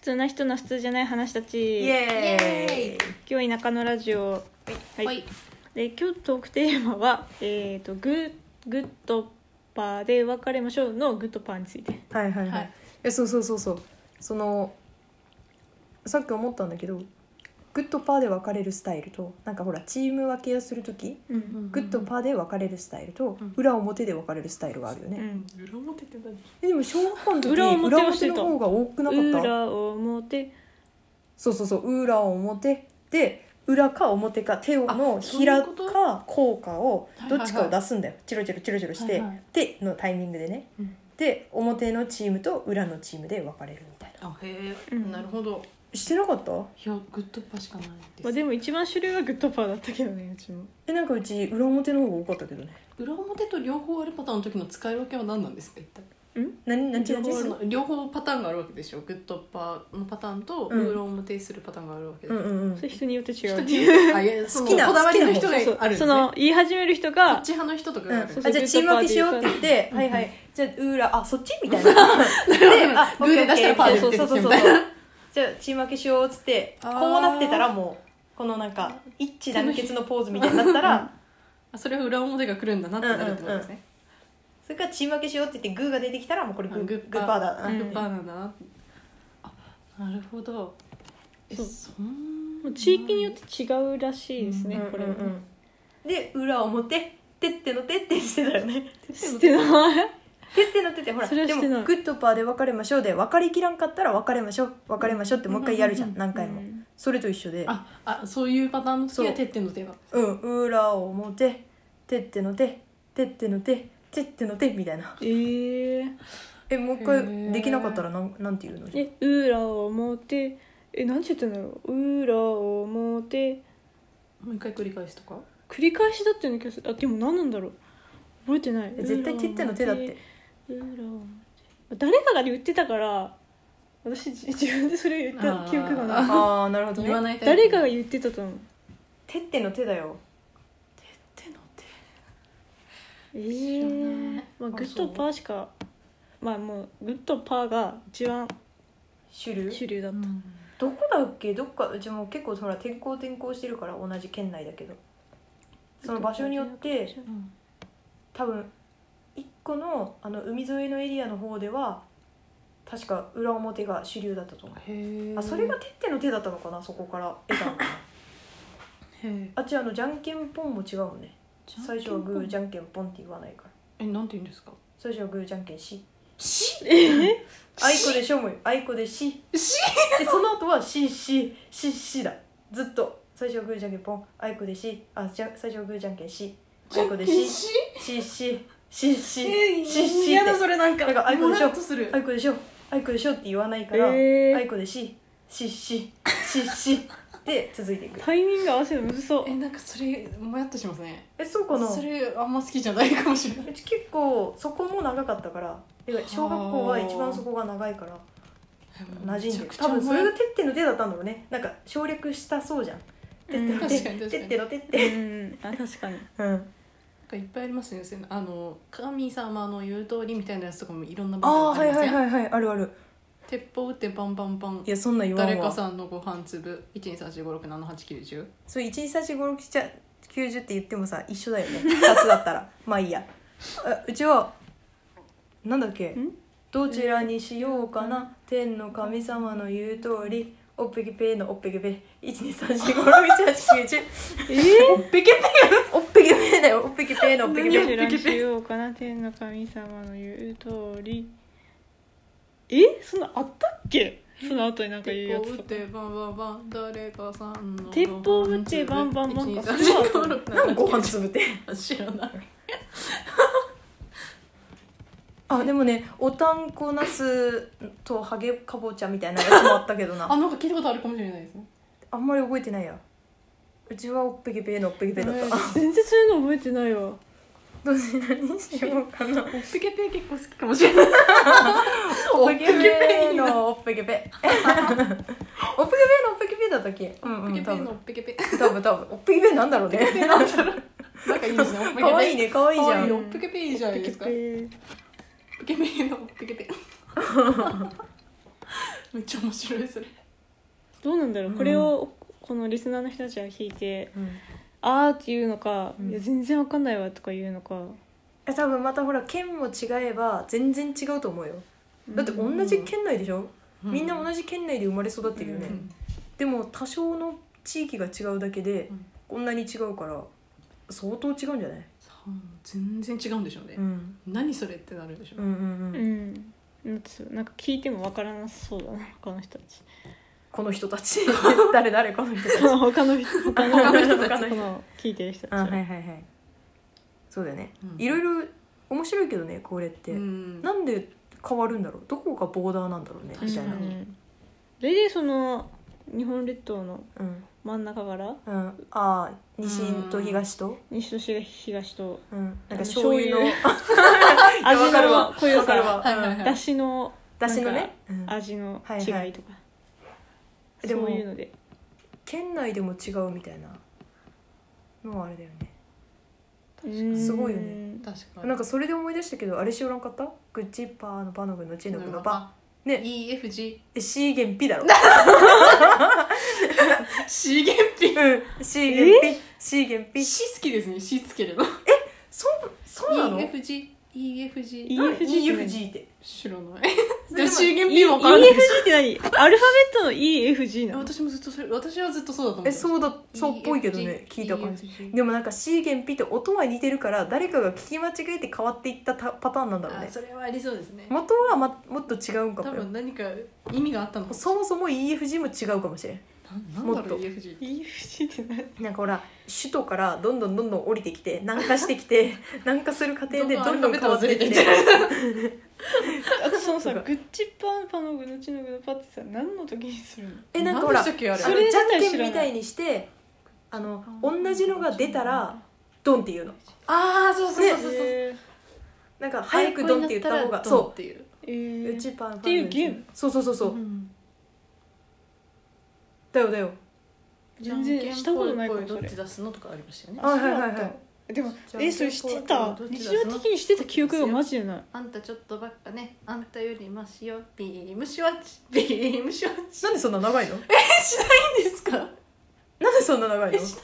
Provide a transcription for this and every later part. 通な人の普通じゃない話たちイエエーーイイ今日田舎のラジオはい、はいで今日トークテーマは「えー、とグッグッドパーで別れましょう」のグッドパーについてはいはいはい、はいえそうそうそうそうそのさっき思ったんだけどグッドパーで分かれるスタイルとなんかほらチーム分けをする時うんグッドパーで分かれるスタイルと、うん裏表で分かれるスタイルがあるよね、うん裏表って何えでも小学校の時裏表をしてた裏の方が多くなかった裏表そうそうそう裏表で裏か表か手のひらあそういうことかこうかをはいはいどはいっちかを出すんだよ、チロチロチロチロして、はいはいでのタイミングでねで表のチームと裏のチームで分かれるみたいなあへえ、うんなるほどしてなかったいやグッドパしかないです、まあ、でも一番主流はグッドパーだったけどねうちもえなんかうち裏表の方が多かったけどね裏表と両方あるパターンの時の使い分けは何なんですか一体何何両違う方違あそるうの両方パターンがあるわけでしょグッドパーのパターンとうん裏表するパターンがあるわけで、うんうんうんそれ人によって違う人によってあいやその好きなこだわりの好き人ながあるんです、ね、その言い始める人こがっち派の人とうかんがあある、そじうゃあチーム分けしようって言って、うんはいはいじゃあ裏あそっちみたいなで あグーで出したらパーでそうそうそうそう出てきてみたいじゃあチーム分けしようっつってこあうーなってたらもうこのなんか一致団結のポーズみたいになったら あそれは裏表が来るんだなってなるってことですね、それからチーム分けしようって言ってグーが出てきたらもうこれグーあググーーパーだな、うんグッドパーなんだなあなるほどえそうそんもう地域によって違うらしいですね、うんこれは、うんうんで裏表てってのてってしてたよねして ないてってのてってほらそれはでしもてないグッドパーで別れましょうで別れきらんかったら別れましょう別れましょうってもう一回やるじゃん、何回も、うんそれと一緒でああそういうパターンの時そうはてってんの手がうん裏表てってのててってのててってのてみたいなえー、えもう一へ回ーできなかったらなんなんて言うのえ裏表えなんて言ってんだろう裏表もう一回繰り返すとか繰り返しだったような気がするあでも何なんだろう覚えてないえ絶対てってのてだって裏表誰かが言ってたから私じ自分でそれを言った記憶がないああなるほど言わねないタイプ誰かが言ってたと思うてってのてだよ手の手え知らーない、まああグッドパーしかまあもうグッドパーが一番種類主流だっどこだっけどっかうちも結構ほら転校転校してるから同じ県内だけどたその場所によってうん多分一個のあの海沿いのエリアの方では確か裏表が主流だったと思うへえあそれがてっての手だったのかなそこから得たのかなへえあ違うあのじゃんけんぽんも違うもんね最初はグーじゃんゃんけんぽんって言わないからけんぽんえなんて言うんですか最初はグーじゃんけんししえあいこでしょもよあいこでししでその後はししししだずっと最初はグーじゃんけんぽんあいこでしあじゃ最初はグーじゃんけんしあいこでししししししえしし嫌ってだそれなんかなんかあいこでしょもらっとするあいこでしょあいこでしょって言わないから、あーいこでしししししで続いていくタイミング合わせるのむずそうえなんかそれもやっとしますねえそうかなそれあんま好きじゃないかもしれないうち結構そこも長かったからてか小学校は一番そこが長いから 馴染んでる多分それがてっての手だったんだろうねなんか省略したそうじゃんてっての手確かに確かにてっての手っうてんあ確 かにうんなんかいっぱいありますねそういうのあの神様の言う通りみたいなやつとかもいろんなああバージはいョンあはりませいん、はいはいあるある鉄砲撃ってバンバンバンいやそんなん言わんわ誰かさんのご飯粒1 2 3 4 5 6 7 8 9 1 0それ1 2 3 4 5 6 7 9 0って言ってもさ一緒だよね2つだったら まあいいやあうちはなんだっけんどちらにしようかな天の神様の言う通りおっぺけぺのおっぺけぺ12345678910えーおっぺけぺ おっぺけぺだよおっぺけぺのおっぺけぺ何をしようかな天の神様の言う通りえそんなあったっけその後になんか言う鉄やつ砲撃っとかてバンバンバン誰かさんの鉄砲撃ってバンバンバンか何ごご飯飯粒って知らないあでもねおたんこなすとハゲかぼちゃみたいなやつもあったけどなあなんか聞いたことあるかもしれないですねあんまり覚えてないやうちはおっぺけぺのおっぺけぺだった全然そういうの覚えてないわどうし何しようかなおっぺけぺ結構好きかもしれない おっぺけぺ のおっぺけぺおっぺけぺのおっぺけぺだったっけうんおっうぺんけ多ぺのお分っぺけぺ多分多分おっぺけぺなんだろうねなんだろうなんかいいですねおっぺけぺ可愛いね可愛いじゃ可愛いんよおっぺけぺいいじゃないですかおっペ ぺけぺのおっぺけぺめっちゃ面白いそれどうなんだろう、うんこれをこのリスナーの人たちが聞いてうん「あー」っていうのか「うんいや全然わかんないわ」とか言うのかえ多分またほら県も違えば全然違うと思うよだって同じ県内でしょ、みんな同じ県内で生まれ育ってるよね、うんでも多少の地域が違うだけで、うんこんなに違うから相当違うんじゃない、そう全然違うんでしょうね、ん、何それってなるでしょうんうんううんんなんかそうなんか聞いてもわからなさそうだな 他の人たちこの人たち 誰誰この人たち他の人他の他の人人たたちちこの聞いてる人たあはいちはいはいそうだよね、うんいろいろ面白いけどねこれって、うんなんで変わるんだろうどこがボーダーなんだろうねみたいな確かにうん大体その日本列島のうん、真ん中からうん、ああ西と東と、西と東とうんなんか醤油の いやわ味かるのわ濃いわかるわさはいはいはいだしのだしなのんねか、うん味の違はいはいいとか、でもそういうので県内でも違うみたいなのはあれだよね確かにすごいよね確かになんかそれで思い出したけどあれしおらんかったグッチッパーのパのグのチーノグのパね EFG え C 原 P だろ C 原品うん C 原 P C 原 P C 好きですね C つけるのそそうなの EFG EFG EFG 何って EFG って知らないそでれ もで C 原 E- P もわからない EFG って何アルファベットの EFG なの私もずっとそれ私はずっとそうだと思ってえそうだそうっぽいけどね聞いた感じでもなんか C 原 P って音は似てるから誰かが聞き間違えて変わっていったたパターンなんだろうあねそれはありそうですね元は、ま、もっと違うんか多もよ分何か意味があったのそもそも EFG も違うかもしれんななんだもろうっと EFG EFG って何なんかほら首都からどんどんどんどん降りてきて南下してき て南下する過程でどんどん変わってきどんどんアルてあとそのさ そうグかッチパンパのグのちのグのパってさ何の時にするのえなんかほら何でしたっけあれあのそれじ自ゃ体んけ知らんないみたいにしてあの同じのが出たらドンっていうのああそうそうそうそうそう、えなんか早くドンって言った方がそうそっていうーえうーうちパンパンっていうゲームそうそうそうそう、んだよだよ全然したことないかもじそゃんけんぽいぽいどっれち出すのとかありましたよねあはいはいはいそうだったでもじゃんけんぽいえそれしてたどっちだ日常的にしてた記憶がマジでないあんたちょっとばっかねあんたよりマシよビームシュワッチビームシュワッチなんでそんな長いのいいんですかなんでそんな長いのえし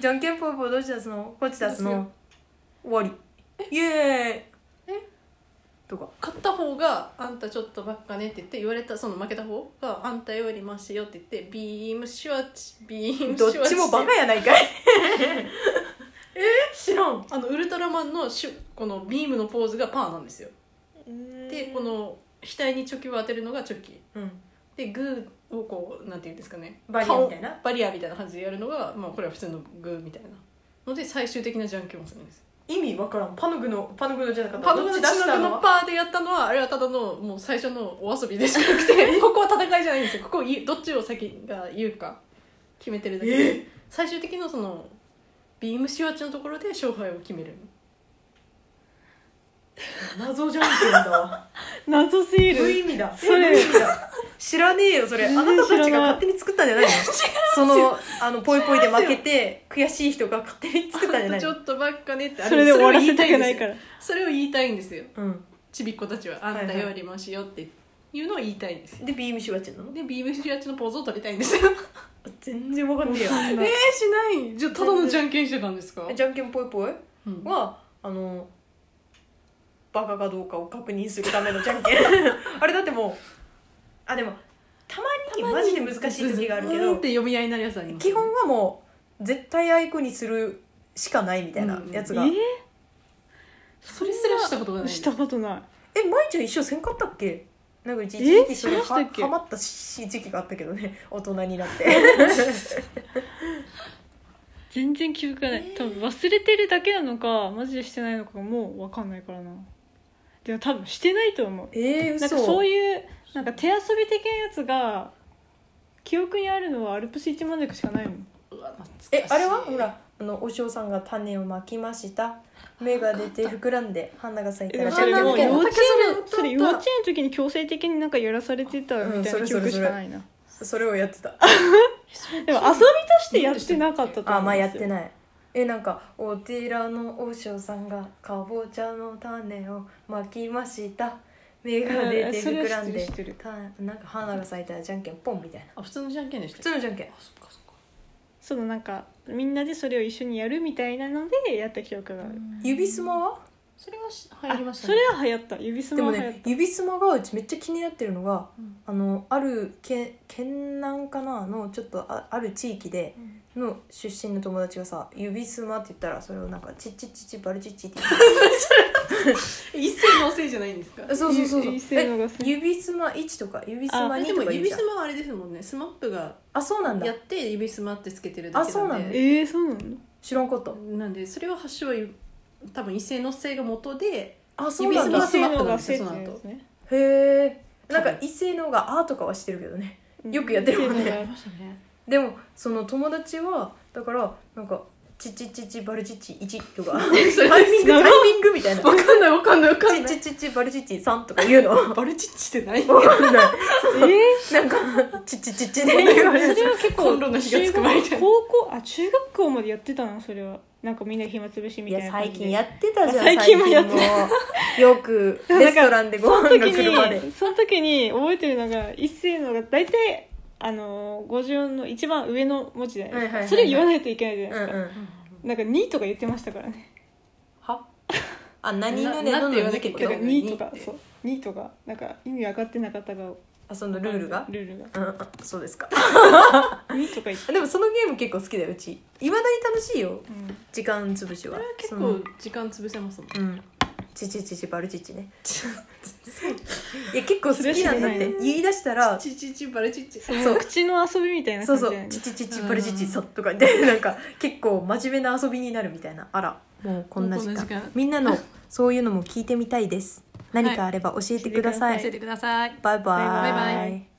じゃんけんぽいぽいどっち出すのこっち出すの終わりイエーイえとか勝った方があんたちょっとばっかねって言って言われたその負けた方があんたよりマシよって言ってビームシュワッチビームシどュっワッチちもバカやないかいえ知らんあのウルトラマンのシュこのビームのポーズがパーなんですよででこの額にチョキを当てるのがチョキうんでグーをこうなんていうんですかねバリアみたいな顔バリアみたいな感じでやるのが、まあ、これは普通のグーみたいなので最終的なじゃんけんをするんです意味わからんパヌグのパヌグのじゃなかったパドのどっち出したののパーでやったのはあれはただのもう最初のお遊びでしかなくてここは戦いじゃないんですよここを言うどっちを先が言うか決めてるだけで、最終的なそのビームシワッチのところで勝敗を決める謎じゃんけんだわ謎すぎ無る意味だそれえ無意味だ知らねえよそれあ全な然知らないたたちが勝手に作ったんじゃないのそのあのぽいぽいで負けて悔しい人が勝手に作ったんじゃあなんたいちょのっとばっかねってあそれで終わらせたくないかららそれを言いたいんですようんちびっ子たちはあんたよりマシよっていうのを言いたいんですよでビームシュワチェンなのでビームシュワッチのポーズを取りたいんですよ 全然わかんねえよえー、しないじゃあただのじゃんけんしてたんですかえじゃんけんぽいぽいうんはあのバカかどうかを確認するためのじ ゃんけんあれだってもうあでもたまにマジで難しい時があるけうどんって読み合いになるやつあります基本はもう絶対アイコにするしかないみたいなやつが、ええそれすらしたことがないしたことない舞ちゃん一生せんかったっけなんか一時期えそれはしましたっけはまったし時期があったけどね大人になって 全然気づかない多分忘れてるだけなのかマジでしてないのかがもう分かんないからなでも多分してないと思うえなー、ん嘘かそういうなんか手遊び的なやつが記憶にあるのはアルプス一万尺しかないもんうわ懐かしいえあれはほらあのお嬢さんが種をまきました芽が出て膨らんで花が咲いたえらそれでもあなんか幼稚園私のそそれれ歌幼った稚園の時に強制的になんかやらされてたみたいうんな記それそれ憶そしれかないな、それをやってたでも遊びとしてやってなかったと思あうんですよまあやってないえなんかお寺の和尚さんがかぼちゃの種をまきました目があ出そてれ膨はら知っんてるで知ってるかなんか花が咲いたらじゃんけんポンみたいなあ普通のじゃんけんでし普たっ通のじゃんけんけあそっかそっかそのなんかみんなでそれを一緒にやるみたいなのでやった記憶がある指すまはそれはし流あ行りましたそれは流行った指すでまもは流行っね指すまがうちめっちゃ気になってるのがうんあのある県県南かなのちょっとあある地域でうんの出身の友達がさ「指すま」って言ったらそれをなんか「チッチッチッチバルチッチ」ってえ一斉のせいじゃないんですか言うそうたそうそうそう指すまえがす指すま1とか指すまあえ2でともか言う指じゃんすまはあれですもんねスマップがあそうなんだやって指すまってつけてるだけあそうななんんでだえー、そうなの知らんかったなんでそれは発祥は多分一斉のせいが元であそうなん指だすまはのがせってやつねへえなんか一斉のが「あ」とかはしてるけどねよくやってるもんねせーのがましたねでもその友達はだからなんか「チッチッチッチバルチッチ1」とかそれタイミング長タいイミングみたいな「チわかんないわかんないわかんッなチいッチッチバルチッチ3」とか言うのバルチッチってないわかんないえなんか「チッチッチッチ」で言われー、るそれは結コ構ンロの火がつく前みたいな高校あ中学校までやってたなそれはなんかみんな暇つぶしいみたいやな感最じで近やってたじゃん最近もやって最近もよくレストランでごその飯が時来るまでにその時に覚えてるのが一斉のが大体あの54の一番上の文字じゃないですか、はいはいはいはいそれ言わないといけないじゃうなんいですか、うんなんか2とか言ってましたからねはあ何のねなどんなんどて言んわ出なきゃていくけだなかいら2とかる二ってそう2とかなんか意味分かってなかったがあそのルールがルールがうんうんそうですか2とか言って、でもそのゲーム結構好きだようちいまだに楽しいようん、時間潰しはあれは結その構時間潰せますもんうんチチチチバルチチねいや結構好そきなんだっれは知らなてい言い出したらチッチッチバルチッチそうそう口の遊びみたいなそ感うじじそゃなういですかチチチチバルチチさとかでなんか結構真面目な遊びになるみたいなあらもうこんな時もうこ間んな時間みんなのそういうのも聞いてみたいです何かあれば教えてください、はい教えてくださいバイバイバイバイ